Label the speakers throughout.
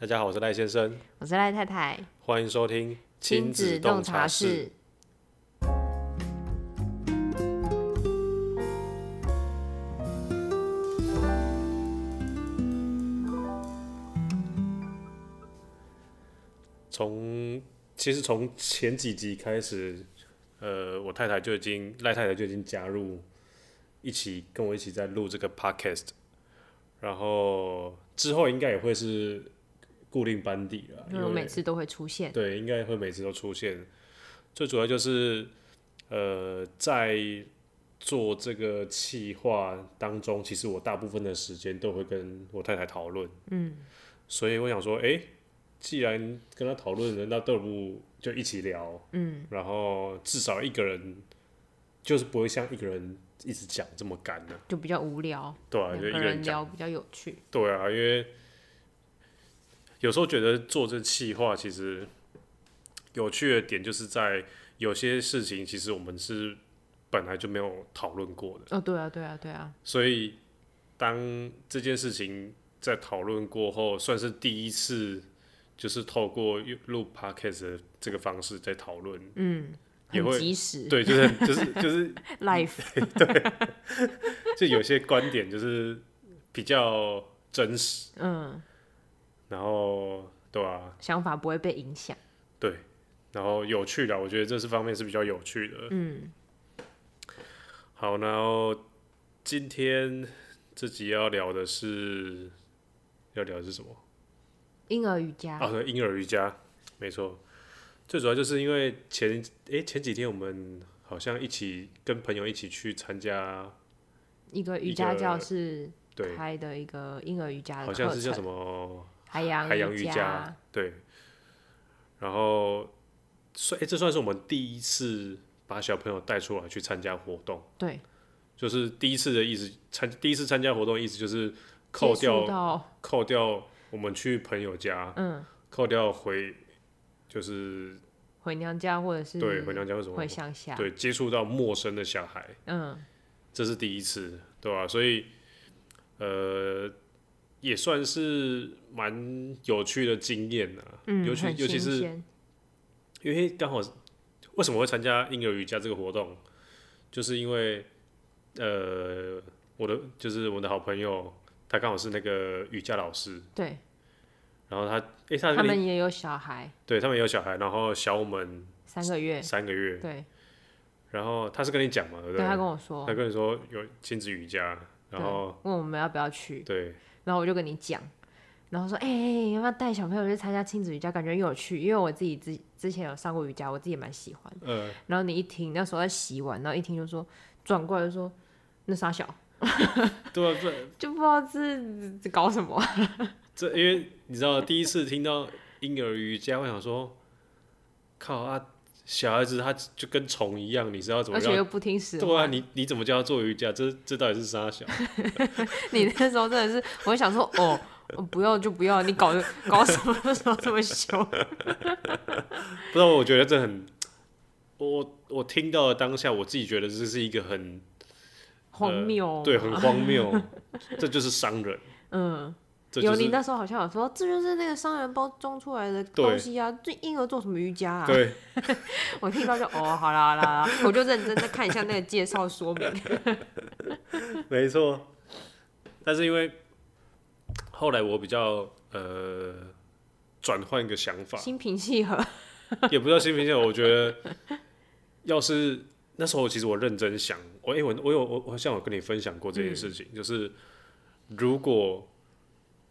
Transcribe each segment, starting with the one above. Speaker 1: 大家好，我是赖先生，
Speaker 2: 我是赖太太，
Speaker 1: 欢迎收听
Speaker 2: 亲子洞察室。
Speaker 1: 从其实从前几集开始，呃，我太太就已经赖太太就已经加入，一起跟我一起在录这个 podcast，然后之后应该也会是固定班底了，
Speaker 2: 因为
Speaker 1: 因
Speaker 2: 我
Speaker 1: 为
Speaker 2: 每次都会出现，
Speaker 1: 对，应该会每次都出现。最主要就是，呃，在做这个企划当中，其实我大部分的时间都会跟我太太讨论。嗯，所以我想说，哎、既然跟她讨论了，那倒不如就一起聊。嗯，然后至少一个人就是不会像一个人一直讲这么干的、
Speaker 2: 就比较无聊，
Speaker 1: 对啊，
Speaker 2: 两
Speaker 1: 就一
Speaker 2: 个
Speaker 1: 人
Speaker 2: 人
Speaker 1: 讲。
Speaker 2: 聊比较有趣。
Speaker 1: 对啊，因为有时候觉得做这企划其实有趣的点就是在有些事情，其实我们是本来就没有讨论过的，
Speaker 2: 哦，对啊，对啊，对啊，
Speaker 1: 所以当这件事情在讨论过后，算是第一次，就是透过录 podcast 的这个方式在讨论。
Speaker 2: 嗯，
Speaker 1: 也
Speaker 2: 很
Speaker 1: 会
Speaker 2: 及时
Speaker 1: 对，就是很就是就是，
Speaker 2: ，life，
Speaker 1: 就有些观点就是比较真实，
Speaker 2: 嗯，
Speaker 1: 然后对啊，
Speaker 2: 想法不会被影响。
Speaker 1: 对，然后有趣的，我觉得这是方面是比较有趣的。
Speaker 2: 嗯，
Speaker 1: 好，然后今天这集要聊的是要聊的是什么？
Speaker 2: 婴儿瑜伽，
Speaker 1: 啊，对，婴儿瑜伽，没错。最主要就是因为前诶前几天我们好像一起跟朋友一起去参加，
Speaker 2: 一个
Speaker 1: 一
Speaker 2: 瑜伽
Speaker 1: 个
Speaker 2: 教室
Speaker 1: 对，
Speaker 2: 开的一个婴儿瑜伽
Speaker 1: 好
Speaker 2: 的
Speaker 1: 像
Speaker 2: 课
Speaker 1: 是叫什
Speaker 2: 程，
Speaker 1: 么
Speaker 2: 海洋
Speaker 1: 海洋瑜
Speaker 2: 伽
Speaker 1: 伽，，对。然后算诶，这算是我们第一次把小朋友带出来去参加活动。
Speaker 2: 对，
Speaker 1: 就是第一次的意思，参第一次参加活动的意思就是扣
Speaker 2: 接触
Speaker 1: 掉
Speaker 2: 到，
Speaker 1: 扣掉我们去朋友家，
Speaker 2: 嗯，
Speaker 1: 扣掉回就是
Speaker 2: 回娘家或者是
Speaker 1: 对回娘家或什么
Speaker 2: 回，乡下，
Speaker 1: 对接触到陌生的小孩，
Speaker 2: 嗯，
Speaker 1: 这是第一次，对吧、所以呃也算是蛮有趣的经验呐、
Speaker 2: 嗯，
Speaker 1: 尤其
Speaker 2: 很
Speaker 1: 尤其
Speaker 2: 新
Speaker 1: 是
Speaker 2: 鲜
Speaker 1: 因为刚好为什么会参加婴儿瑜伽这个活动，就是因为呃，我的就是我的好朋友，他刚好是那个瑜伽老师，
Speaker 2: 对
Speaker 1: 然后他诶，他
Speaker 2: 他们也有小孩，
Speaker 1: 对他们有小孩，然后小我们
Speaker 2: 三个月，
Speaker 1: 三个月，
Speaker 2: 对，
Speaker 1: 然后他是跟你讲嘛，对不
Speaker 2: 对
Speaker 1: 对？
Speaker 2: 他跟我说
Speaker 1: 他，跟你说有亲子瑜伽，然后
Speaker 2: 问我们要不要去，
Speaker 1: 对
Speaker 2: 然后我就跟你讲，然后说，哎、要不要带小朋友去参加亲子瑜伽？感觉很有趣，因为我自己之之前有上过瑜伽，我自己也蛮喜欢。
Speaker 1: 呃
Speaker 2: 然后你一听，那时候在洗碗，然后一听就说，转过来就说，那傻小，
Speaker 1: 对啊，这
Speaker 2: 就不知道是这搞什么。
Speaker 1: 这因为你知道第一次听到婴儿瑜伽，我想说靠啊。小孩子他就跟虫一样，你知道怎么
Speaker 2: 而
Speaker 1: 让
Speaker 2: 且又不听使
Speaker 1: 对啊，
Speaker 2: 唤，
Speaker 1: 你你怎么叫他做瑜伽？这这到底是啥小？
Speaker 2: 你那时候真的是，我就想说，哦，我不要就不要，你搞得搞什么那时候这么凶？
Speaker 1: 不知道，我觉得这很，我我听到的当下，我自己觉得这是一个很
Speaker 2: 荒谬、
Speaker 1: 呃对，，很荒 谬，这就是商人，
Speaker 2: 嗯，
Speaker 1: 这就
Speaker 2: 有你
Speaker 1: 是
Speaker 2: 那时候好像有说，这就是那个商人包装出来的
Speaker 1: 对
Speaker 2: 东西啊，这婴儿做什么瑜伽啊？
Speaker 1: 对
Speaker 2: 我听到就哦，好啦好啦，好啦我就认真的看一下那个介绍说明。
Speaker 1: 没错，但是因为后来我比较呃转换一个想法，
Speaker 2: 心平气和，
Speaker 1: 也不知道新平线，我觉得要是那时候，其实我认真想，我哎、我我有我我像我跟你分享过这件事情，就是如果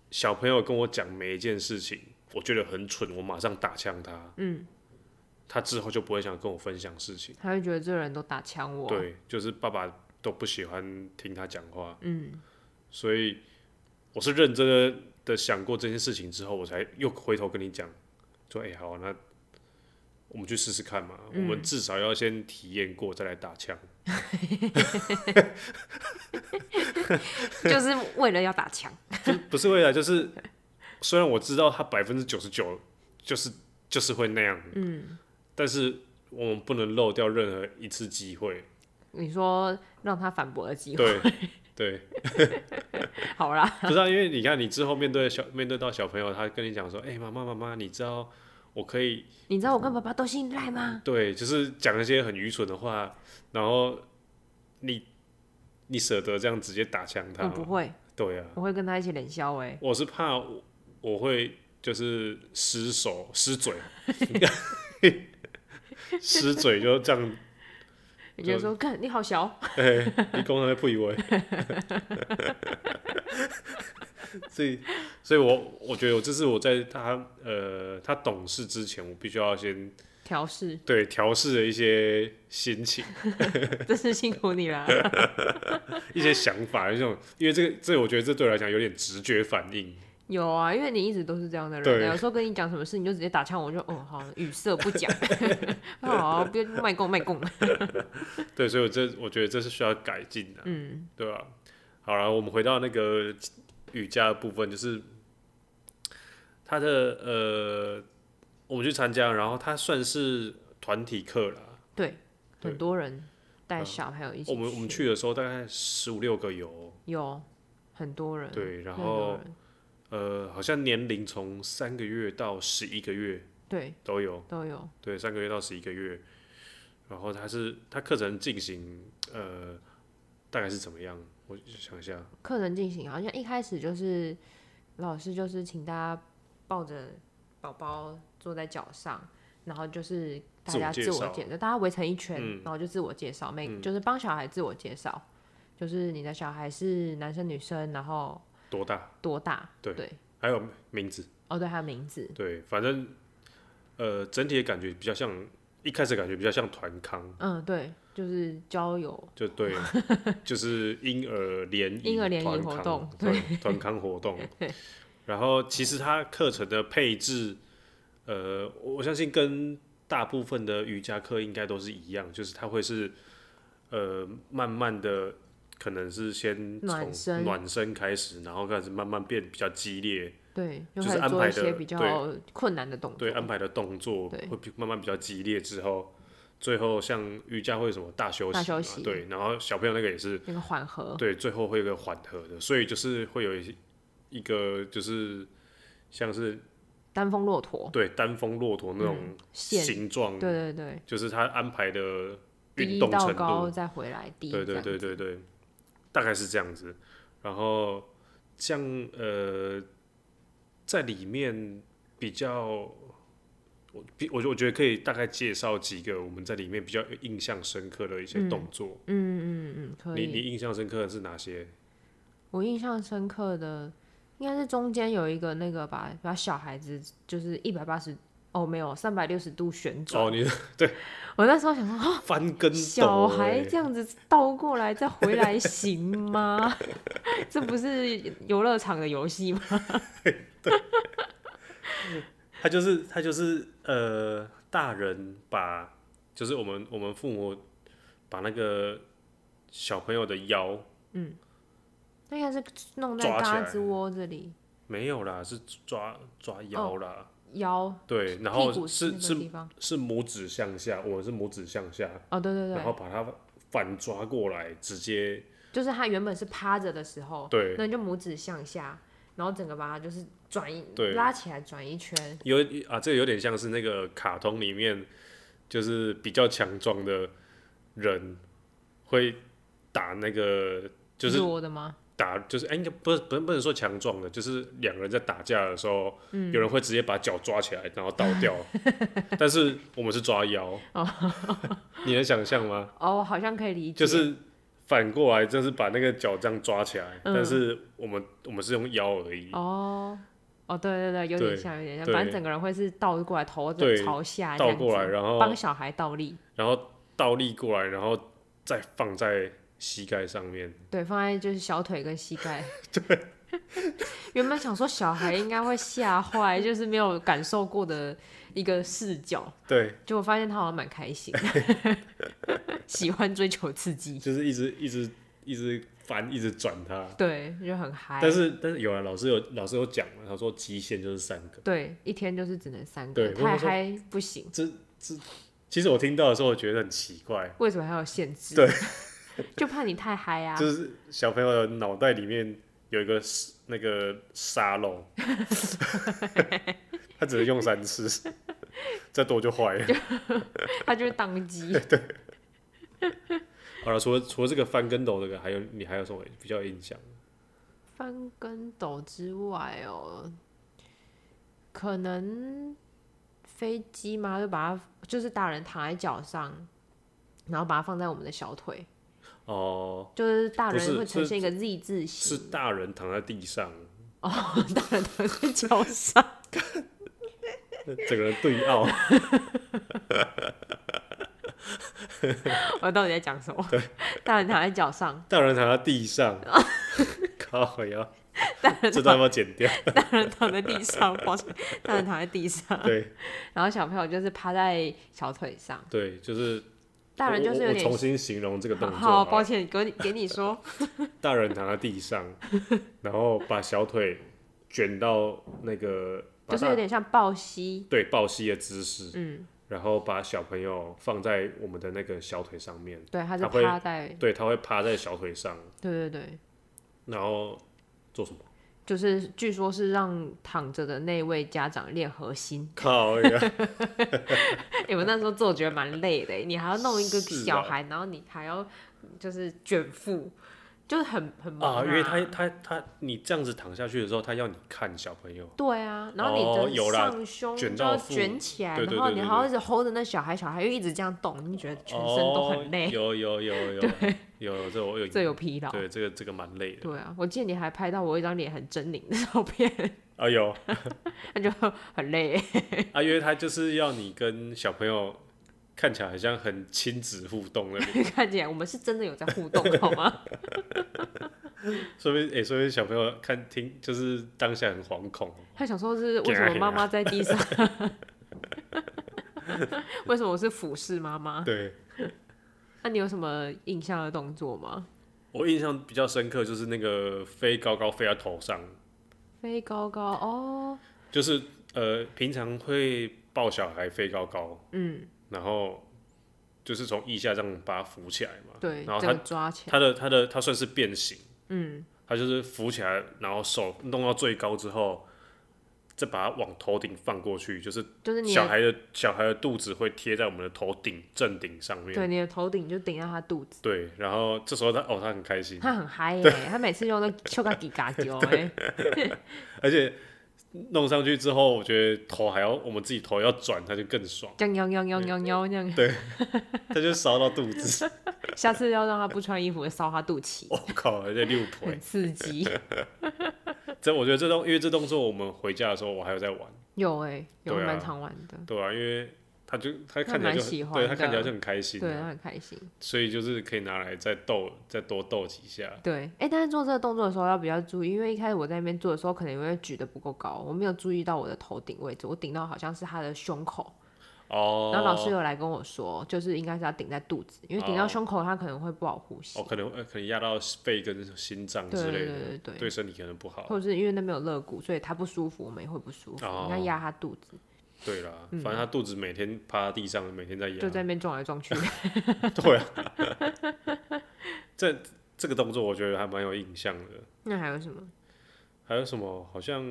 Speaker 1: 小朋友跟我讲每一件事情，我觉得很蠢，我马上打枪他，嗯，他之后就不会想跟我分享事情。
Speaker 2: 他会觉得这个人都打枪我。，
Speaker 1: 对，就是爸爸都不喜欢听他讲话，嗯，所以我是认真的的想过这件事情之后，我才又回头跟你讲，说，哎、好，那我们去试试看嘛，我们至少要先体验过再来打枪，
Speaker 2: 就是为了要打枪。
Speaker 1: 不不是未来，就是虽然我知道他百分之九十九就是就是会那样，嗯，但是我们不能漏掉任何一次机会，
Speaker 2: 你说让他反驳的机会，
Speaker 1: 对，对，
Speaker 2: 好啦，
Speaker 1: 不是啊，因为你看你之后面对小面对到小朋友，他跟你讲说，哎、妈妈妈妈，你知道我可以
Speaker 2: 你知道我跟爸爸都姓 赖吗？
Speaker 1: 对，就是讲一些很愚蠢的话，然后你你舍得这样直接打枪他
Speaker 2: 我不
Speaker 1: 吗？
Speaker 2: 会，
Speaker 1: 对啊，
Speaker 2: 我会跟他一起冷笑哎、
Speaker 1: 我是怕我我会就是失手失 嘴，失嘴就这样，
Speaker 2: 人家
Speaker 1: 就
Speaker 2: 说看你好小，
Speaker 1: 你公然不以为。所以，所以我我觉得我这是我在他呃他懂事之前，我必须要先
Speaker 2: 调试，
Speaker 1: 对调试的一些心情。
Speaker 2: 真是辛苦你了。
Speaker 1: 一些想法，这种，因为这个，这我觉得这对我来讲有点直觉反应，
Speaker 2: 有啊，因为你一直都是这样的人
Speaker 1: 对
Speaker 2: 啊，有时候跟你讲什么事，你就直接打枪，我就哦好，语塞不讲， 好，不要卖供卖供。
Speaker 1: 对，所以我这我觉得这是需要改进的、
Speaker 2: 嗯，
Speaker 1: 对吧、好了，我们回到那个瑜伽的部分，就是他的呃，我们去参加，然后他算是团体课啦，
Speaker 2: 对，
Speaker 1: 对嗯
Speaker 2: 很多人带小朋友一起，
Speaker 1: 我们我们去的时候大概十五六个有，
Speaker 2: 有很多人，
Speaker 1: 对，然
Speaker 2: 很多
Speaker 1: 后
Speaker 2: 人
Speaker 1: 呃，好像年龄从三个月到十一个月
Speaker 2: 对
Speaker 1: 都有，
Speaker 2: 都有，
Speaker 1: 对，三个月到十一个月。然后它是它课程进行呃，大概是怎么样？我想一下，
Speaker 2: 课程进行，好像一开始就是老师就是请大家抱着宝宝坐在脚上，然后就是大家
Speaker 1: 自
Speaker 2: 自
Speaker 1: 我介
Speaker 2: 我
Speaker 1: 绍
Speaker 2: 介绍，大家围成一圈，
Speaker 1: 嗯
Speaker 2: 然后就自我介绍，每、就是帮小孩自我介绍，就是你的小孩是男生女生，然后
Speaker 1: 多大？
Speaker 2: 多大？
Speaker 1: 对还有名字？
Speaker 2: 哦，对，还有名字，
Speaker 1: 对，反正呃，整体的感觉比较像，一开始感觉比较像团康，
Speaker 2: 嗯，对，就是交友，
Speaker 1: 就对， 就是婴儿联谊、
Speaker 2: 婴儿联谊
Speaker 1: 团
Speaker 2: 活
Speaker 1: 康
Speaker 2: 动
Speaker 1: 对，团康活 动。然后其实它课程的配置，呃，我我相信跟大部分的瑜伽课应该都是一样，就是它会是呃慢慢的，可能是先
Speaker 2: 暖
Speaker 1: 从
Speaker 2: 身
Speaker 1: 暖身开始，然后开始慢慢变比较激烈，
Speaker 2: 对，
Speaker 1: 就
Speaker 2: 就是开始
Speaker 1: 安
Speaker 2: 做
Speaker 1: 排
Speaker 2: 一些
Speaker 1: 的
Speaker 2: 比较
Speaker 1: 对
Speaker 2: 困难的动作，
Speaker 1: 对安排的动作
Speaker 2: 对
Speaker 1: 会比慢慢比较激烈之后。最后像瑜伽会有什么大休息
Speaker 2: 大
Speaker 1: 嘛，
Speaker 2: 休息
Speaker 1: 对，然后小朋友那个也是
Speaker 2: 那个缓和，
Speaker 1: 对，最后会有一个缓和的，所以就是会有一些一个就是像是
Speaker 2: 单峰骆驼
Speaker 1: 对单峰骆驼那种
Speaker 2: 哦嗯线，
Speaker 1: 形状，
Speaker 2: 对对对。
Speaker 1: 就是他安排的运
Speaker 2: 低
Speaker 1: 动
Speaker 2: 到
Speaker 1: 程
Speaker 2: 高
Speaker 1: 度，
Speaker 2: 再回来低，
Speaker 1: 对对
Speaker 2: 这
Speaker 1: 对
Speaker 2: 样
Speaker 1: 对对，大概是这样子。然后像呃，在里面比较。我比我我觉得可以大概介绍几个我们在里面比较印象深刻的一些动作。
Speaker 2: 嗯嗯嗯，可
Speaker 1: 你你
Speaker 2: 以。
Speaker 1: 印象深刻的是哪些？
Speaker 2: 我印象深刻的应该是中间有一个那个吧，把小孩子就是一百八十哦，没有三百六十度旋转。
Speaker 1: 哦，你
Speaker 2: 我那时候想说，啊
Speaker 1: 翻跟斗、
Speaker 2: 小孩
Speaker 1: 欸
Speaker 2: 这样子倒过来再回来行吗？ 这不是游乐场的游戏吗？
Speaker 1: 他就是他就是呃，大人把就是我们我们父母把那个小朋友的腰
Speaker 2: 那应该是弄在
Speaker 1: 抓起来
Speaker 2: 嘎吱窝这里，
Speaker 1: 没有啦，是抓抓腰啦，
Speaker 2: 腰
Speaker 1: 对，然
Speaker 2: 哦
Speaker 1: 后
Speaker 2: 屁股
Speaker 1: 是
Speaker 2: 那个
Speaker 1: 是
Speaker 2: 地方。
Speaker 1: 是拇指向下，我们是拇指向下，
Speaker 2: 哦，对对
Speaker 1: 然后
Speaker 2: 对，
Speaker 1: 把它反抓过来，直接
Speaker 2: 就是他原本是趴着的时候，
Speaker 1: 对，
Speaker 2: 哦那你就拇指向下，然后整个把它就是转一
Speaker 1: 对
Speaker 2: 拉起来转一圈，
Speaker 1: 有啊，这个有点像是那个卡通里面就是比较强壮的人会打那个就是
Speaker 2: 弱的吗？
Speaker 1: 打就是哎，应该不是不能不能说强壮的，就是两个人在打架的时候，
Speaker 2: 嗯
Speaker 1: 有人会直接把脚抓起来，然后倒 掉。但是我们是抓腰， 你能想象吗？
Speaker 2: 哦，好像可以理解，
Speaker 1: 就是反过来，就是把那个脚这样抓起来，
Speaker 2: 嗯
Speaker 1: 但是我们我们是用腰而已，
Speaker 2: 哦哦，对对对，有点
Speaker 1: 对
Speaker 2: 像，有点像，
Speaker 1: 对
Speaker 2: 反正整个人会是倒过来，头
Speaker 1: 对
Speaker 2: 朝下这
Speaker 1: 倒
Speaker 2: 样子，
Speaker 1: 过来，然后
Speaker 2: 帮小孩倒立，
Speaker 1: 然后倒立过来，然后再放在膝盖上面。
Speaker 2: 对，放在就是小腿跟膝 盖。 对，原本想说小孩应该会吓坏，就是没有感受过的一个视角，
Speaker 1: 对，
Speaker 2: 结果发现他好像蛮开心的， 喜欢追求刺激，
Speaker 1: 就是一直一直一直翻，一直转它。
Speaker 2: 对，就很嗨。
Speaker 1: 但是但是有啊，老师有老师有讲嘛，他说极限就是三个。
Speaker 2: 对，一天就是只能三个，
Speaker 1: 对我
Speaker 2: 太
Speaker 1: 想说
Speaker 2: 嗨不行。
Speaker 1: 其实我听到的时候，我觉得很奇怪，
Speaker 2: 为什么还有限制？
Speaker 1: 对
Speaker 2: 就怕你太嗨啊。
Speaker 1: 就是小朋友的脑袋里面有一个 s- 那个沙 漏，他只能用三次，再多就坏了。
Speaker 2: 他就会宕机。
Speaker 1: 好了，除了除了这个翻跟斗这个，还有你还有什么比较有印象？
Speaker 2: 翻跟斗之外哦，可能飞机嘛，就把它就是大人躺在脚上，然后把它放在我们的小腿，
Speaker 1: 哦、
Speaker 2: 就是大
Speaker 1: 不是
Speaker 2: 人会呈
Speaker 1: 是
Speaker 2: 现一个 Z 字
Speaker 1: 是
Speaker 2: 形，
Speaker 1: 大人躺在地 上，
Speaker 2: 大人躺在脚上，
Speaker 1: 整个人对傲，
Speaker 2: 我到底在讲什么？大人躺在脚上，
Speaker 1: 大人躺在地 上，靠呀，
Speaker 2: 大人
Speaker 1: 这
Speaker 2: 躺
Speaker 1: 段要不要剪 掉？
Speaker 2: 大人躺在地上，抱歉，大人躺在地上，
Speaker 1: 对
Speaker 2: 然后小朋友就是趴在小腿上，
Speaker 1: 对，就是
Speaker 2: 大人就是
Speaker 1: 我
Speaker 2: 有
Speaker 1: 我我重
Speaker 2: 点。
Speaker 1: 新形容这个动作
Speaker 2: 好，
Speaker 1: 好了
Speaker 2: 抱歉，给你给你 说，
Speaker 1: 大人躺在地 上，然后把小腿卷到那个，把
Speaker 2: 就是
Speaker 1: 大
Speaker 2: 有点像抱膝，
Speaker 1: 对抱膝的姿势，
Speaker 2: 嗯，
Speaker 1: 然后把小朋友放在我们的那个小腿上面，
Speaker 2: 对，他是
Speaker 1: 他会
Speaker 2: 趴在，
Speaker 1: 对，他会趴在小腿上，
Speaker 2: 对对对，
Speaker 1: 然后做什么？
Speaker 2: 就是据说是让躺着的那位家长练核心。
Speaker 1: 靠呀，
Speaker 2: 哎、我那时候做觉得蛮累的，欸你还要弄一个
Speaker 1: 是啊
Speaker 2: 小孩，然后你还要就是卷腹，就是很很忙、
Speaker 1: 啊，因为他他他，你这样子躺下去的时候，他要你看小朋友，
Speaker 2: 对啊，然后
Speaker 1: 哦
Speaker 2: 你
Speaker 1: 有
Speaker 2: 的
Speaker 1: 啦
Speaker 2: 上胸
Speaker 1: 卷
Speaker 2: 就
Speaker 1: 到
Speaker 2: 要
Speaker 1: 腹
Speaker 2: 卷起来，
Speaker 1: 对对
Speaker 2: 然后
Speaker 1: 对
Speaker 2: 你
Speaker 1: 对
Speaker 2: 还要一直 hold 着那小孩，小孩又一直这样动，你就觉得全身都很累，
Speaker 1: 哦、有有有有有有这我有
Speaker 2: 这有疲劳。
Speaker 1: 对这个这个蛮累的
Speaker 2: 对啊，我记得你还拍到我一张脸很狰狞的照片，
Speaker 1: 啊有
Speaker 2: 那就很累。
Speaker 1: 啊，因为他就是要你跟小朋友看起来好像很亲子互动那边，
Speaker 2: 看起来我们是真的有在互动，好吗？
Speaker 1: 说明诶，说明小朋友看听就是当下很惶恐，
Speaker 2: 他想说是为什么妈妈在 地上？为什么我是俯视妈妈？
Speaker 1: 对。
Speaker 2: 那、你有什么印象的动作吗？
Speaker 1: 我印象比较深刻就是那个飞高高飞到头上，
Speaker 2: 飞高高哦，
Speaker 1: 就是呃平常会抱小孩飞高高，
Speaker 2: 嗯，
Speaker 1: 然后就是从腋下这样把它扶起来嘛。
Speaker 2: 对，
Speaker 1: 然后
Speaker 2: 这
Speaker 1: 它
Speaker 2: 个抓起来，
Speaker 1: 它的它的它算是变形，
Speaker 2: 嗯，
Speaker 1: 它就是扶起来，然后手弄到最高之后，再把它往头顶放过去，就是
Speaker 2: 就是你
Speaker 1: 小
Speaker 2: 的
Speaker 1: 孩的小孩的肚子会贴在我们的头顶正顶上面。
Speaker 2: 对你的头顶就顶到他肚子，
Speaker 1: 对，然后这时候他哦，他很开心，
Speaker 2: 他很嗨耶、他每次用那秀嘎吉嘎 丢哎，
Speaker 1: 而且弄上去之后，我觉得头还要我们自己头要转，他就更 爽，
Speaker 2: 这样摇摇摇摇摇那样，
Speaker 1: 他就烧到肚子，
Speaker 2: 下次要让他不穿衣服烧他肚脐，
Speaker 1: 我、靠，而且六婆
Speaker 2: 很刺激。
Speaker 1: 这我觉得这动，因为这动作我们回家的时候我还有在玩，
Speaker 2: 有哎、有
Speaker 1: 对啊
Speaker 2: 蛮常玩的，
Speaker 1: 对啊，因为他就他看起来就
Speaker 2: 他蛮喜
Speaker 1: 很
Speaker 2: 欢
Speaker 1: 对
Speaker 2: 的
Speaker 1: 他看起来就很开心、
Speaker 2: 对，他
Speaker 1: 啊，
Speaker 2: 很开心。
Speaker 1: 所以就是可以拿来再逗再多逗几下。
Speaker 2: 对，哎、但是做这个动作的时候要比较注意，因为一开始我在那边做的时候，可能因为举得不够高，我没有注意到我的头顶位置，我顶到好像是他的胸口。
Speaker 1: 哦，
Speaker 2: 然后老师有来跟我说，就是应该是要顶在肚子，因为顶
Speaker 1: 哦
Speaker 2: 到胸口他可能会不好呼吸。
Speaker 1: 哦，可能呃可能压到肺跟心脏
Speaker 2: 对
Speaker 1: 之类
Speaker 2: 对对
Speaker 1: 的，
Speaker 2: 对对，
Speaker 1: 对身体可能不好。
Speaker 2: 或者是因为那边有肋骨，所以他不舒服，我们也会不舒服。
Speaker 1: 哦
Speaker 2: 你要压他肚子，
Speaker 1: 对啦，反正他肚子每天趴在地上，每天在压，
Speaker 2: 嗯就 在那边撞来撞去。
Speaker 1: 对啊， 这这个动作我觉得还蛮有印象的。
Speaker 2: 那还有什么
Speaker 1: 还有什么？好像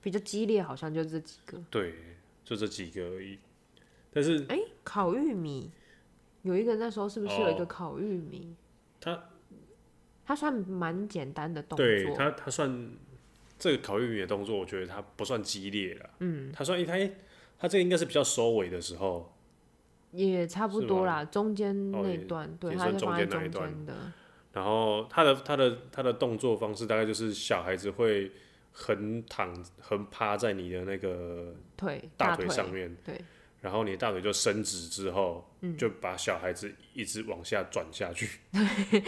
Speaker 2: 比较激烈？好像就这几个。
Speaker 1: 对，就这几个而已。但是
Speaker 2: 哎、烤玉米，有一个那时候是不是有一个
Speaker 1: 哦
Speaker 2: 烤玉米？
Speaker 1: 它
Speaker 2: 它算蛮简单的动作，
Speaker 1: 对他，他算这个烤玉米的动作，我觉得他不算激烈了。嗯，他算他他这个应该是比较收尾的时候，
Speaker 2: 也差不
Speaker 1: 是
Speaker 2: 多
Speaker 1: 吗
Speaker 2: 啦，中间
Speaker 1: 哦
Speaker 2: 那
Speaker 1: 也
Speaker 2: 段，对，
Speaker 1: 也
Speaker 2: 它
Speaker 1: 算
Speaker 2: 是
Speaker 1: 中
Speaker 2: 放在
Speaker 1: 间那
Speaker 2: 中
Speaker 1: 一段
Speaker 2: 间的，
Speaker 1: 然后他的他的他的动作方式大概就是小孩子会横躺横趴在你的那个
Speaker 2: 腿
Speaker 1: 大
Speaker 2: 腿
Speaker 1: 腿上，面，
Speaker 2: 对，
Speaker 1: 然后你的大腿就伸直之后，
Speaker 2: 嗯
Speaker 1: 就把小孩子一直往下转下 去，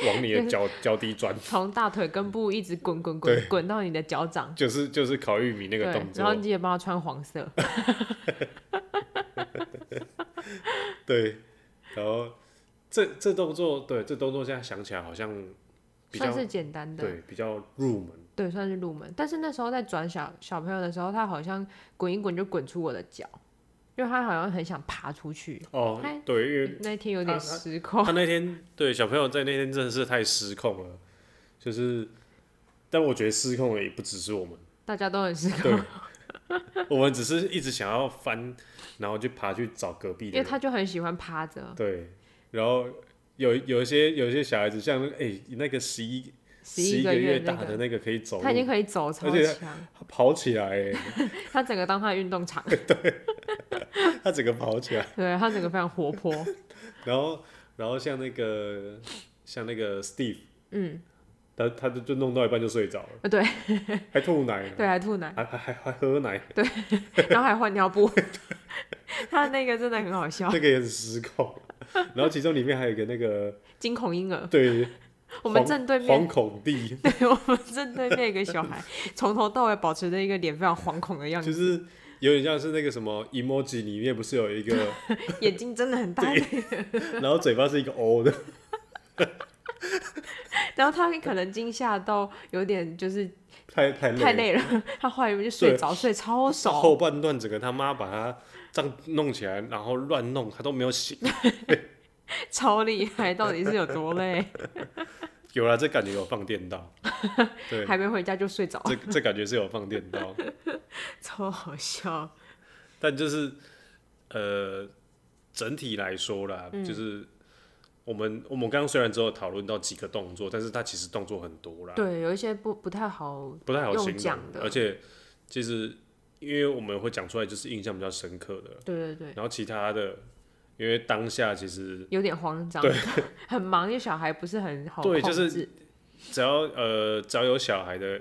Speaker 1: 往你的脚脚底转，
Speaker 2: 从大腿根部一直滚滚滚滚到你的脚掌，
Speaker 1: 就是就是烤玉米那
Speaker 2: 对
Speaker 1: 个动，
Speaker 2: 然后你
Speaker 1: 作，
Speaker 2: 记得帮他穿黄色，
Speaker 1: 对，然后这这动作，对这动作现在想起来好像比
Speaker 2: 算
Speaker 1: 较
Speaker 2: 是简单的，
Speaker 1: 对比较入门，
Speaker 2: 对，算是入门。但是那时候在转小小朋友的时候，他好像滚一滚就滚出我的脚，因为他好像很想爬出去。
Speaker 1: 哦
Speaker 2: 嗨，哦
Speaker 1: 对，因为
Speaker 2: 那天有
Speaker 1: 他
Speaker 2: 点
Speaker 1: 他
Speaker 2: 失控
Speaker 1: 他，那天对小朋友在那天真的是太失控了，就是，但我觉得失控的也不只是我们，
Speaker 2: 大家都很失控
Speaker 1: 对，我们只是一直想要翻，然后就爬去找隔壁
Speaker 2: 因
Speaker 1: 的
Speaker 2: 为
Speaker 1: 人，
Speaker 2: 他就很喜欢趴着。
Speaker 1: 对，然后有有一些有一些小孩子像那个哎、那个十一
Speaker 2: 11
Speaker 1: 个
Speaker 2: 个月
Speaker 1: 大
Speaker 2: 那个
Speaker 1: 的那个可以走
Speaker 2: 他已经
Speaker 1: 路，
Speaker 2: 可以走超
Speaker 1: 而且
Speaker 2: 强，
Speaker 1: 他跑起来、 哎
Speaker 2: 他整个当他的运动场，
Speaker 1: 他整个跑起来，
Speaker 2: 对他整个非常活泼。
Speaker 1: 然后然后像那个像那个 Steve，
Speaker 2: 嗯，
Speaker 1: 他他就就弄到一半就睡着了，
Speaker 2: 呃对
Speaker 1: 还吐奶呢，
Speaker 2: 对，啊还吐奶，
Speaker 1: 还还还还喝奶，
Speaker 2: 然后还换尿布， 他那个真的很好笑，
Speaker 1: 那个也很失控。 然后其中里面还有一个那 个
Speaker 2: 惊恐婴儿。
Speaker 1: 对
Speaker 2: 我们
Speaker 1: 惶
Speaker 2: 正对面
Speaker 1: 惶恐帝，
Speaker 2: 对我们正对面一个小孩， 从头到尾保持着一个脸非常惶恐的 样
Speaker 1: 就
Speaker 2: 子，
Speaker 1: 是有点像是那个什么 emoji 里面不是有一 个，
Speaker 2: 眼睛真的很大，
Speaker 1: 然后嘴巴是一个 O 的，
Speaker 2: 然后他可能惊吓到有点就是
Speaker 1: 太太累了。
Speaker 2: 太累了，他后来就睡着，睡超
Speaker 1: 后
Speaker 2: 熟，
Speaker 1: 半段整个他妈把他这样弄起来，然后乱弄，他都没有醒。
Speaker 2: 超厉害，到底是有多累？
Speaker 1: 有了，这感觉有放电 到，对，
Speaker 2: 还没回家就睡着，
Speaker 1: 这这感觉是有放电到，
Speaker 2: 超好笑。
Speaker 1: 但就是呃，整体来说啦，
Speaker 2: 嗯
Speaker 1: 就是我们我们刚刚虽然只有讨论到几个动作，但是它其实动作很多啦，
Speaker 2: 对，有一些不不太好，
Speaker 1: 不太好
Speaker 2: 用
Speaker 1: 形容
Speaker 2: 讲，的
Speaker 1: 而且其实因为我们会讲出来，就是印象比较深刻的，
Speaker 2: 对对对，
Speaker 1: 然后其他的，因为当下其实
Speaker 2: 有点慌张， 很忙，因为小孩不是很好控
Speaker 1: 对
Speaker 2: 制，
Speaker 1: 就是只要呃只要有小孩的，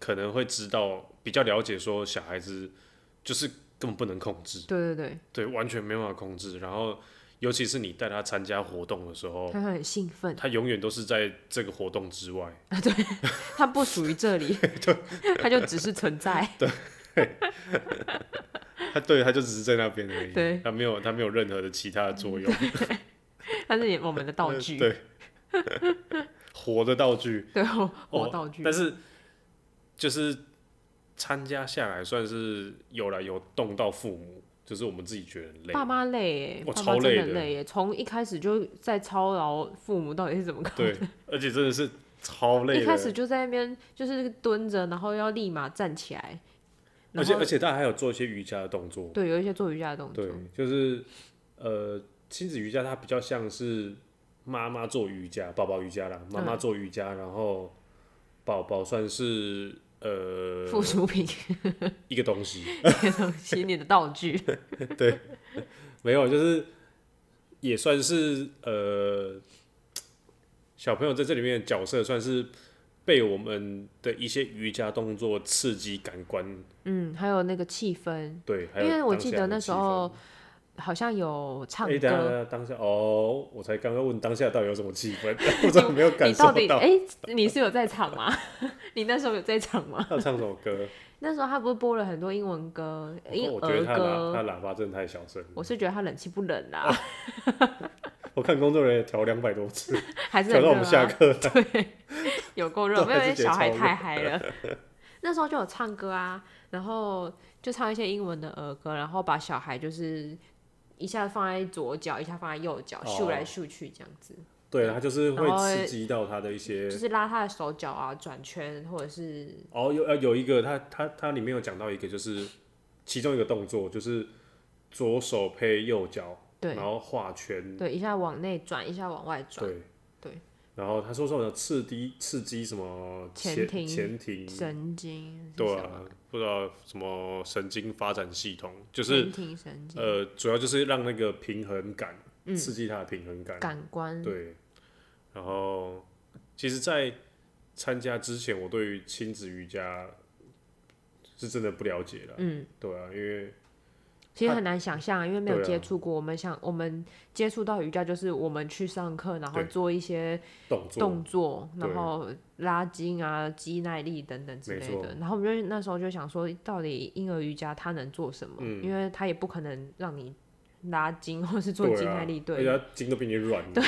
Speaker 1: 可能会知道比较了解说小孩子就是根本不能控制，
Speaker 2: 对对对，
Speaker 1: 对，完全没办法控制。然后尤其是你带他参加活动的时候，
Speaker 2: 他很兴奋，
Speaker 1: 他永远都是在这个活动之外，
Speaker 2: 他不属于这 里， 他就只是存在，
Speaker 1: 他对他就只是在那边而已，
Speaker 2: 对
Speaker 1: 他没有他没有任何的其他的作用，
Speaker 2: 他是我们的道具，
Speaker 1: 对， 活的道具，
Speaker 2: 对，活
Speaker 1: 哦
Speaker 2: 活道具，
Speaker 1: 但是就是参加下来算是有来有动到父母，就是我们自己觉得很累，
Speaker 2: 爸妈累耶，
Speaker 1: 我
Speaker 2: 爸
Speaker 1: 哦超
Speaker 2: 妈真
Speaker 1: 累
Speaker 2: 的
Speaker 1: 的
Speaker 2: 累耶，从一开始就在操劳父母到底是怎么搞
Speaker 1: 对
Speaker 2: 的。，
Speaker 1: 而且真的是超累的。
Speaker 2: 一开始就在那边就是蹲着，然后要立马站起来，
Speaker 1: 而
Speaker 2: 然
Speaker 1: 且
Speaker 2: 后
Speaker 1: 而且他还有做一些瑜伽的动作，
Speaker 2: 对有一些做瑜伽的动作
Speaker 1: 对，，就是呃，亲子瑜伽它比较像是妈妈做瑜伽，宝宝瑜伽啦，妈
Speaker 2: 嗯
Speaker 1: 妈做瑜伽，然后宝宝算是呃
Speaker 2: 附属品
Speaker 1: 一个东西，
Speaker 2: 这些东西，你的道 具，
Speaker 1: 没有，就是也算是呃，小朋友在这里面的角色算是被我们的一些瑜伽动作刺激感官，
Speaker 2: 嗯，还有那个气氛，
Speaker 1: 对，还有
Speaker 2: 因为我
Speaker 1: 当
Speaker 2: 记
Speaker 1: 下
Speaker 2: 得
Speaker 1: 的
Speaker 2: 那
Speaker 1: 气
Speaker 2: 时
Speaker 1: 氛
Speaker 2: 候好像有唱
Speaker 1: 哎、等一下等
Speaker 2: 歌，
Speaker 1: 一下当下哦，我才刚刚问当下到底有什么气氛， 我怎么没有感
Speaker 2: 你
Speaker 1: 受
Speaker 2: 到底
Speaker 1: 到？
Speaker 2: 哎、你是有在场吗？ 你那时候有在场吗？
Speaker 1: 他唱什么歌？
Speaker 2: 那时候他不是播了很多英文歌、英
Speaker 1: 哦我觉得
Speaker 2: 儿
Speaker 1: 他喇他哦
Speaker 2: 歌，
Speaker 1: 喇叭真的太小声了，
Speaker 2: 我是觉得他冷气不冷啊啦，
Speaker 1: 我看工作人员调两百多次，
Speaker 2: 还 是
Speaker 1: 调
Speaker 2: 很
Speaker 1: 到我
Speaker 2: 热
Speaker 1: 们下
Speaker 2: 啊，
Speaker 1: 课。
Speaker 2: 有够热，
Speaker 1: 对
Speaker 2: 没有
Speaker 1: 还
Speaker 2: 因
Speaker 1: 是
Speaker 2: 为
Speaker 1: 觉得
Speaker 2: 小孩
Speaker 1: 超热
Speaker 2: 太嗨了。 那时候就有唱歌啊，然后就唱一些英文的儿歌，然后把小孩就是一下放在左脚，一下放在右脚，
Speaker 1: 哦
Speaker 2: 咻来咻去这样子，
Speaker 1: 对，他就是会
Speaker 2: 然后
Speaker 1: 刺激到他的一些
Speaker 2: 就是拉他的手脚啊，转圈或者是
Speaker 1: 哦，有呃有一个，他他他里面有讲到一个，就是其中一个动作就是左手配右脚，
Speaker 2: 对
Speaker 1: 然后画圈，
Speaker 2: 对，一下往内转，一下往外转，
Speaker 1: 对
Speaker 2: 对。
Speaker 1: 然后他说什么刺激刺激什么
Speaker 2: 前
Speaker 1: 前
Speaker 2: 庭
Speaker 1: 前庭，
Speaker 2: 神经
Speaker 1: 对
Speaker 2: 是什
Speaker 1: 啊
Speaker 2: 么，
Speaker 1: 不知道什么神经发展系统，就是
Speaker 2: 前庭神经、
Speaker 1: 呃，主要就是让那个平衡感，刺激他的平衡感，
Speaker 2: 嗯感官，
Speaker 1: 对。然后，其实，在参加之前，我对于亲子瑜伽是真的不了解了，
Speaker 2: 嗯，
Speaker 1: 对啊，因为
Speaker 2: 其实
Speaker 1: 它
Speaker 2: 很难想象啊，因为没有
Speaker 1: 对啊
Speaker 2: 接触过。我们想，我们接触到瑜伽就是我们去上课，然后
Speaker 1: 对
Speaker 2: 做一些
Speaker 1: 动作
Speaker 2: 动作，
Speaker 1: 对
Speaker 2: 然后拉筋啊、肌耐力等等之
Speaker 1: 没
Speaker 2: 类
Speaker 1: 错
Speaker 2: 的。然后我们就那时候就想说，到底婴儿瑜伽它能做什么？
Speaker 1: 嗯
Speaker 2: 因为它也不可能让你拉筋或是做
Speaker 1: 对
Speaker 2: 肌
Speaker 1: 啊，
Speaker 2: 耐力，
Speaker 1: 而且
Speaker 2: 对，
Speaker 1: 他筋都比你软了，对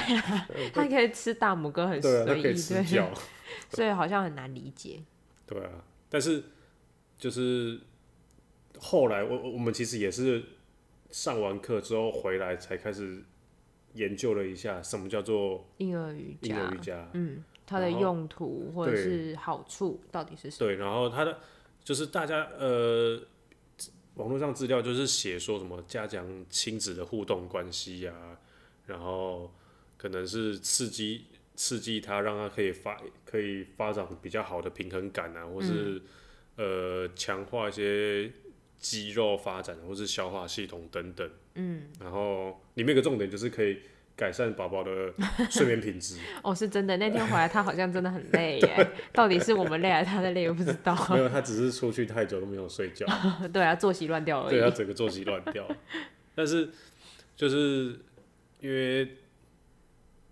Speaker 2: 它可以吃大拇哥很随
Speaker 1: 啊，他
Speaker 2: 意，
Speaker 1: 可以吃
Speaker 2: 对，
Speaker 1: 脚，
Speaker 2: 所以好像很难理解。
Speaker 1: 对啊。但是就是后来我我我们其实也是上完课之后回来才开始研究了一下什么叫做
Speaker 2: 婴儿瑜
Speaker 1: 婴
Speaker 2: 伽
Speaker 1: 儿瑜，伽。
Speaker 2: 嗯，它的
Speaker 1: 然后
Speaker 2: 用途或者
Speaker 1: 对
Speaker 2: 是好处到底是什么？
Speaker 1: 对，然后他的就是大家呃，网络上资料就是写说什么加强亲子的互动关系呀、然后可能是刺激刺激他，让他可以发可以发展比较好的平衡感啊，或是、呃强化一些肌肉发展或是消化系统等等。嗯，然后里面有个重点就是可以改善宝宝的睡眠品质。
Speaker 2: 哦，是真的，那天回来他好像真的很累耶，到底是我们累还是他在累，我不知道。
Speaker 1: 没有，他只是出去太久都没有睡觉。
Speaker 2: 对啊，作息乱掉而
Speaker 1: 对他
Speaker 2: 已。
Speaker 1: 整个作息乱掉。 但是就是因为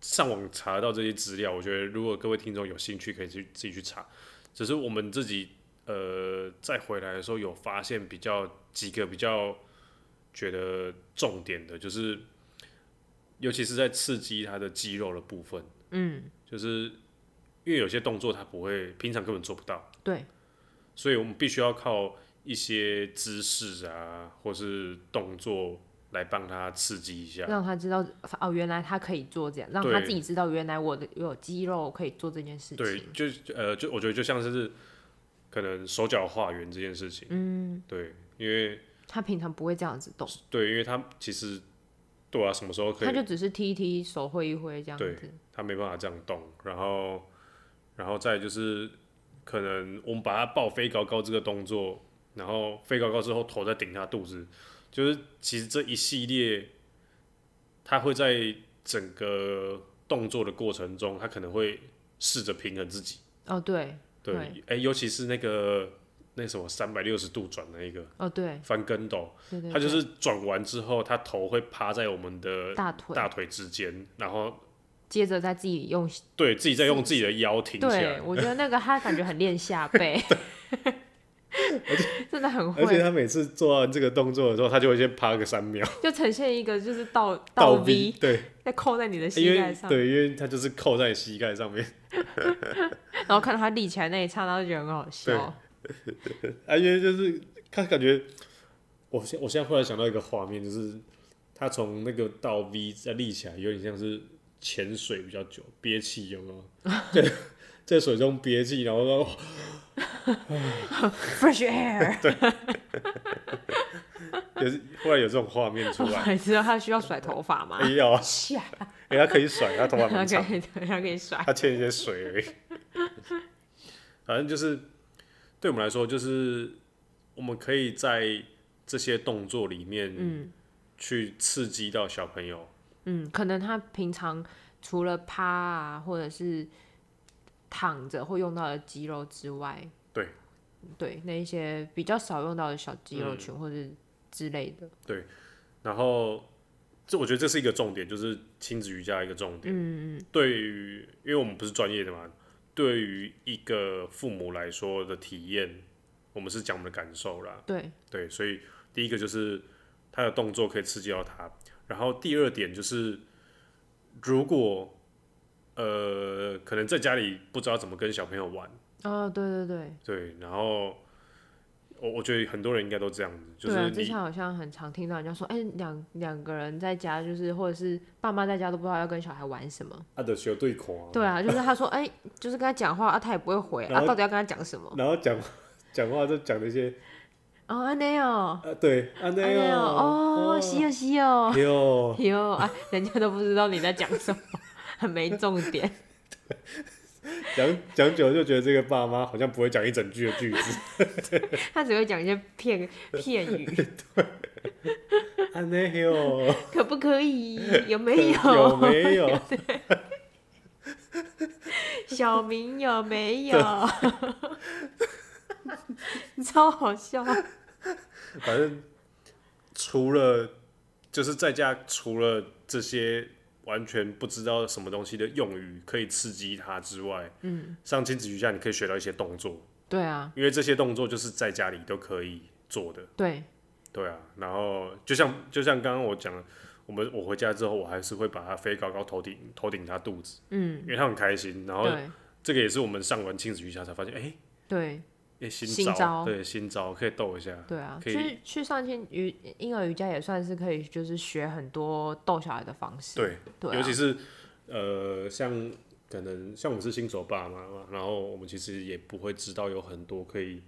Speaker 1: 上网查到这些资料，我觉得如果各位听众有兴趣，可以去自己去查。只是我们自己呃再回来的时候，有发现比较几个比较觉得重点的，就是尤其是在刺激他的肌肉的部分，
Speaker 2: 嗯，
Speaker 1: 就是因为有些动作他不会，平常根本做不到。
Speaker 2: 对，
Speaker 1: 所以我们必须要靠一些姿势啊，或是动作来帮他刺激一下。
Speaker 2: 让他知道哦，原来他可以做这样，让
Speaker 1: 啊对
Speaker 2: 他自己知道原来我的我有肌肉可以做这件事
Speaker 1: 对
Speaker 2: 情。，
Speaker 1: 就呃，就我觉得就像是可能手脚画圆这件事情，
Speaker 2: 嗯，
Speaker 1: 对，因为
Speaker 2: 他平常不会这样子动，
Speaker 1: 对，因为他其实对啊，什么时候可
Speaker 2: 他
Speaker 1: 以，
Speaker 2: 就只是踢一踢手挥一挥这样
Speaker 1: 对
Speaker 2: 子。
Speaker 1: 他没办法这样动，然后然后再就是可能我们把他抱飞高高这个动作，然后飞高高之后头再顶他肚子，就是其实这一系列，他会在整个动作的过程中，他可能会试着平衡自己。
Speaker 2: 哦，对，
Speaker 1: 对，哎
Speaker 2: 对、
Speaker 1: 尤其是那个那什么三百六十度转那一个
Speaker 2: 哦，对，
Speaker 1: 翻跟斗，
Speaker 2: 对对，
Speaker 1: 他就
Speaker 2: 对
Speaker 1: 是转完之后，他头会趴在我们的
Speaker 2: 大腿，
Speaker 1: 大腿之间，然后
Speaker 2: 接着再自己用。
Speaker 1: 对自己再用自己的腰挺起来
Speaker 2: 对，。我觉得那个他感觉很 练下背， 真的很
Speaker 1: 而且
Speaker 2: 会，
Speaker 1: 他每次做完这个动作的时候，他就会先趴个三秒，
Speaker 2: 就呈现一个就是倒
Speaker 1: 倒
Speaker 2: V，
Speaker 1: 对，
Speaker 2: 再扣在你的
Speaker 1: 因
Speaker 2: 膝盖
Speaker 1: 为
Speaker 2: 上，
Speaker 1: 对，因为他就是扣在膝盖上面
Speaker 2: 然后看到他立起来那一刹那，就觉得很好笑。
Speaker 1: 啊，因为就是他感觉，我现我现在忽然想到一个画面，就是他从那个倒 V 再立起来，有点像是潜水比较久，憋气有没有？ 在在水中憋气，然后说
Speaker 2: Fresh air，
Speaker 1: 也是忽然有这种画面出
Speaker 2: 我
Speaker 1: 来，
Speaker 2: 还知道他需要甩头发吗
Speaker 1: 哎？呀，
Speaker 2: 下，
Speaker 1: 哎、他可以甩，他头发
Speaker 2: 他
Speaker 1: 蛮
Speaker 2: 可
Speaker 1: 长，
Speaker 2: 以，对他可以甩。
Speaker 1: 他欠一些水而已。反正就是对我们来说，就是我们可以在这些动作里面
Speaker 2: 嗯
Speaker 1: 去刺激到小朋友。
Speaker 2: 嗯，可能他平常除了趴啊，或者是躺着会用到的肌肉之外，
Speaker 1: 对
Speaker 2: 对，那一些比较少用到的小肌
Speaker 1: 嗯
Speaker 2: 肉群或者之类的，
Speaker 1: 然后，这我觉得这是一个重点，就是亲子瑜伽的一个重点。
Speaker 2: 嗯嗯
Speaker 1: 对于，因为我们不是专业的嘛，对于一个父母来说的体验，我们是讲我们的感受啦。
Speaker 2: 对，
Speaker 1: 对，所以第一个就是他的动作可以刺激到他，然后第二点就是如果呃可能在家里不知道怎么跟小朋友玩，
Speaker 2: 哦，对对对，
Speaker 1: 对，然后我我觉得很多人应该都这样子，就
Speaker 2: 对啊，
Speaker 1: 是
Speaker 2: 之
Speaker 1: 你
Speaker 2: 前好像很常听到人家说，哎、两两个人在家就是，或者是爸妈在家都不知道要跟小孩玩什么，
Speaker 1: 啊的学对狂、
Speaker 2: 对啊，就是他说，哎、就是跟他讲话啊，他也不会回
Speaker 1: 然
Speaker 2: 啊，
Speaker 1: 后
Speaker 2: 到底要跟他讲什么？
Speaker 1: 然后讲讲话就讲那些
Speaker 2: 哦，安内哦，
Speaker 1: 啊对啊
Speaker 2: 安
Speaker 1: 那
Speaker 2: 内
Speaker 1: 样
Speaker 2: 哦，哦，西哦西哦。
Speaker 1: 哟，
Speaker 2: 哟啊，人家都不知道你在讲什么，很没重点。
Speaker 1: 讲讲久了就觉得这个爸妈好像不会讲一整句的句子，
Speaker 2: 他只会讲一些片片语，
Speaker 1: 啊那哟。
Speaker 2: 可不可以？有没
Speaker 1: 有
Speaker 2: 有？
Speaker 1: 没有？
Speaker 2: 小明有没有？ 超好笑。
Speaker 1: 反正除了就是在家，除了这些完全不知道什么东西的用语可以刺激他之外，嗯，上亲子瑜伽你可以学到一些动作，
Speaker 2: 对啊，
Speaker 1: 因为这些动作就是在家里都可以做的，
Speaker 2: 对，
Speaker 1: 对啊。然后就像就像刚刚我讲的，我们我回家之后，我还是会把他飞高高头顶头顶他肚子，
Speaker 2: 嗯，
Speaker 1: 因为他很开心。然后
Speaker 2: 对
Speaker 1: 这个也是我们上完亲子瑜伽才发现，哎、
Speaker 2: 对，
Speaker 1: 诶
Speaker 2: 新
Speaker 1: 新招，
Speaker 2: 招
Speaker 1: 对新招可以逗一下，
Speaker 2: 对啊，
Speaker 1: 可以
Speaker 2: 去去上亲瑜婴儿瑜伽也算是可以，就是学很多逗小孩的方式。
Speaker 1: 对，
Speaker 2: 对啊、
Speaker 1: 尤其是呃，像可能像我们是新手爸妈嘛，然后我们其实也不会知道有很多可以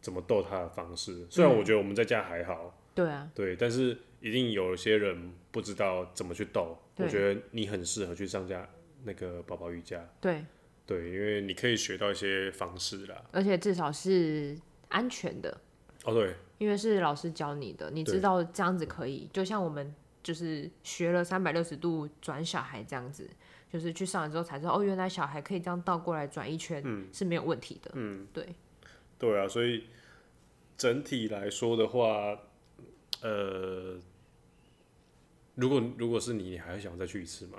Speaker 1: 怎么逗他的方式。虽然我觉得我们在家还好，
Speaker 2: 对啊，
Speaker 1: 对，但是一定有些人不知道怎么去逗。我
Speaker 2: 对
Speaker 1: 觉得你很适合去上家那个宝宝瑜伽，
Speaker 2: 对，
Speaker 1: 对，因为你可以学到一些方式啦。
Speaker 2: 而且至少是安全的，
Speaker 1: 哦，对，
Speaker 2: 因为是老师教你的，你知
Speaker 1: 对
Speaker 2: 道这样子可以。就像我们就是学了三百六十度转小孩这样子，就是去上了之后才知道，哦，原来小孩可以这样倒过来转一圈、是没有问题的。嗯，对，
Speaker 1: 对啊，所以整体来说的话，呃，如果如果是你，你还会想再去一次吗？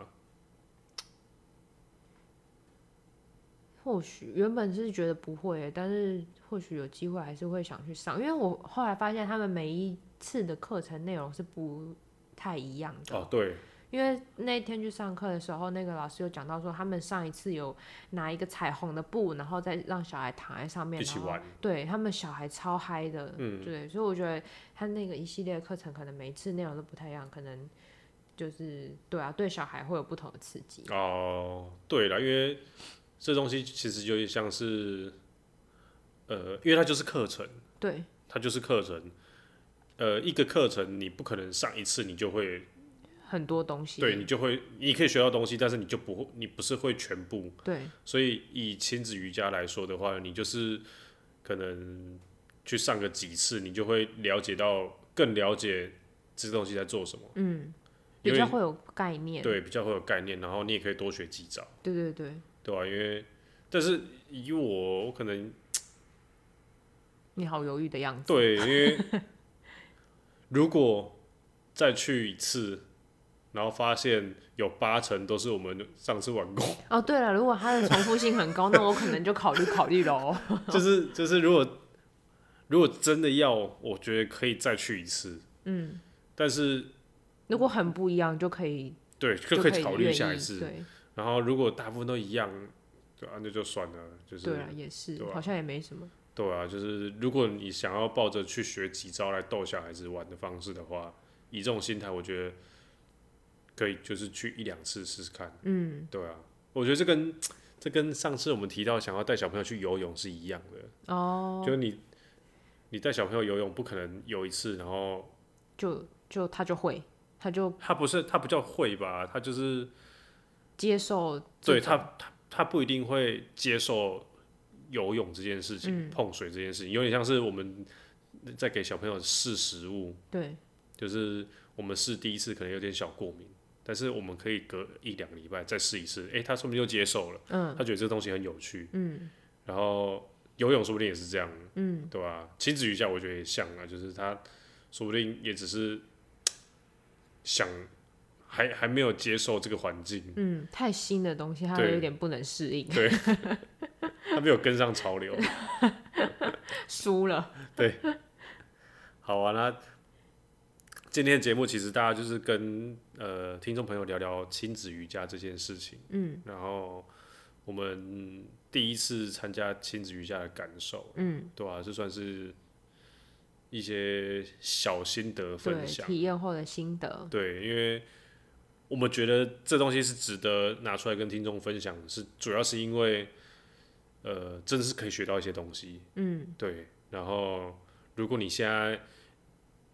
Speaker 2: 或许原本是觉得不会耶，但是或许有机会还是会想去上，因为我后来发现他们每一次的课程内容是不太一样的。
Speaker 1: 哦，对，
Speaker 2: 因为那天去上课的时候，那个老师有讲到说，他们上一次有拿一个彩虹的布，然后再让小孩躺在上面
Speaker 1: 一起
Speaker 2: 然后
Speaker 1: 玩嗯
Speaker 2: 对他们小孩超嗨的，对，所以我觉得他那个一系列的课程，可能每一次内容都不太一样，可能就是对啊，对小孩会有不同的刺激。
Speaker 1: 哦，对了，因为这东西其实有点像是，呃，因为它就是课程，
Speaker 2: 对
Speaker 1: 它就是课程。呃，一个课程你不可能上一次你就会，
Speaker 2: 很多东西，
Speaker 1: 对你就会，你可以学到东西，但是你就不会，你不是会全部。
Speaker 2: 对
Speaker 1: 所以以亲子瑜伽来说的话，你就是可能去上个几次，你就会了解到更了解这东西在做什么，
Speaker 2: 嗯，
Speaker 1: 因
Speaker 2: 比
Speaker 1: 为
Speaker 2: 较会有概念。
Speaker 1: 对，比较会有概念，然后你也可以多学几招。
Speaker 2: 对对对，
Speaker 1: 对吧、因为，但是以我，我可能
Speaker 2: 你好犹豫的样子。
Speaker 1: 对，因 为如果再去一次，然后发现有八成都是我们上次 玩过，
Speaker 2: 哦，对了，如果它的重复性很高，那我可能就考虑考虑喽。
Speaker 1: 就是就是，如果如果真的要，我觉得可以再去一次，
Speaker 2: 嗯，
Speaker 1: 但是
Speaker 2: 如果很不一样，就可以
Speaker 1: 对，就可
Speaker 2: 可
Speaker 1: 以考虑
Speaker 2: 愿
Speaker 1: 下
Speaker 2: 意
Speaker 1: 一次。
Speaker 2: 对
Speaker 1: 然后如果大部分都一样，对啊，那就算了，就是
Speaker 2: 对啊，也是
Speaker 1: 对，啊
Speaker 2: 好像也没什么。
Speaker 1: 对啊，就是如果你想要抱着去学几招来逗小孩子玩的方式的话，以这种心态，我觉得可以就是去一两次试试看。
Speaker 2: 嗯，
Speaker 1: 对啊，我觉得这跟这跟上次我们提到想要带小朋友去游泳是一样的，
Speaker 2: 哦，
Speaker 1: 就是你你带小朋友游泳，不可能游一次，然后
Speaker 2: 就就他就会，他就
Speaker 1: 他不是他不叫会吧，他就是
Speaker 2: 接受这
Speaker 1: 对
Speaker 2: 种。
Speaker 1: 他他他不一定会接受游泳这件事
Speaker 2: 嗯
Speaker 1: 情，碰水这件事情，有点像是我们在给小朋友试食物。
Speaker 2: 对
Speaker 1: 就是我们试第一次可能有点小过敏，但是我们可以隔一两个礼拜再试一次，诶，他说不定就接受了，
Speaker 2: 嗯，
Speaker 1: 他觉得这东西很有趣，
Speaker 2: 嗯
Speaker 1: 然后游泳说不定也是这样，
Speaker 2: 嗯，
Speaker 1: 对吧、亲子瑜伽我觉得也像啊，就是他说不定也只是想还还没有接受这个环境，
Speaker 2: 嗯，太新的东西，他
Speaker 1: 对
Speaker 2: 有点不能适应，
Speaker 1: 他没有跟上潮流。
Speaker 2: 输了。
Speaker 1: 好啊，那今天的节目其实大家就是跟呃听众朋友聊聊亲子瑜伽这件事情，嗯，然后我们第一次参加亲子瑜伽的感受，
Speaker 2: 嗯，
Speaker 1: 对啊，这算是一些小心得
Speaker 2: 对，
Speaker 1: 分享，
Speaker 2: 体验后的心得。
Speaker 1: 对，因为我们觉得这东西是值得拿出来跟听众分享，是主要是因为，呃，真的是可以学到一些东西，
Speaker 2: 嗯，
Speaker 1: 对，然后如果你现在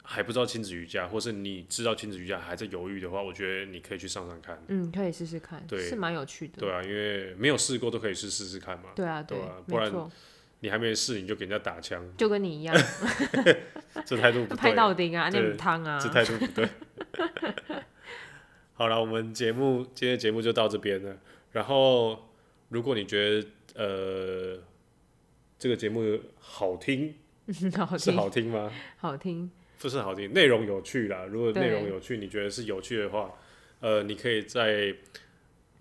Speaker 1: 还不知道亲子瑜伽，或是你知道亲子瑜伽还在犹豫的话，我觉得你可以去上上看。
Speaker 2: 嗯，可以试试看，
Speaker 1: 对
Speaker 2: 是蛮有趣的。
Speaker 1: 对啊，因为没有试过都可以去试试看嘛。
Speaker 2: 对啊，
Speaker 1: 对啊不
Speaker 2: 没
Speaker 1: 然
Speaker 2: 错，
Speaker 1: 你还没试，你就给人家打枪，
Speaker 2: 就跟你一 样，
Speaker 1: 这态度不对
Speaker 2: 拍，到钉啊，那
Speaker 1: 对
Speaker 2: 种汤啊
Speaker 1: 这，态度不对。 好了，我们节目今天的节目就到这边了。然后，如果你觉得呃这个节目好听，
Speaker 2: 好
Speaker 1: 是
Speaker 2: 听，
Speaker 1: 好听吗？
Speaker 2: 好听。
Speaker 1: 不是好听，内容有趣啦。如果
Speaker 2: 对
Speaker 1: 内容有趣，你觉得是有趣的话，呃，你可以在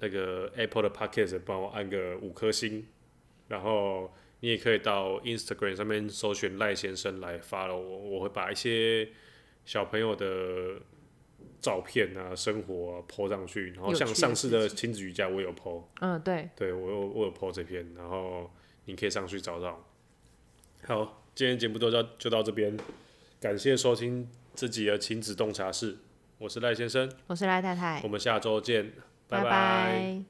Speaker 1: 那个 Apple 的 Podcast 帮我按个五颗星，然后你也可以到 Instagram 上面搜寻赖先生来发了我，我会把一些小朋友的照片啊、生活啊 po 上去，然后
Speaker 2: 有趣
Speaker 1: 像
Speaker 2: 的
Speaker 1: 上次的
Speaker 2: 事
Speaker 1: 亲子瑜伽我有 po，
Speaker 2: 嗯，对，
Speaker 1: 对我有我有 po 这篇，然后你可以上去找找。好，今天节目就到就到这边，感谢收听这集的亲子洞察室，我是赖先生，
Speaker 2: 我是赖太太
Speaker 1: 哎我，们下周见，拜
Speaker 2: 拜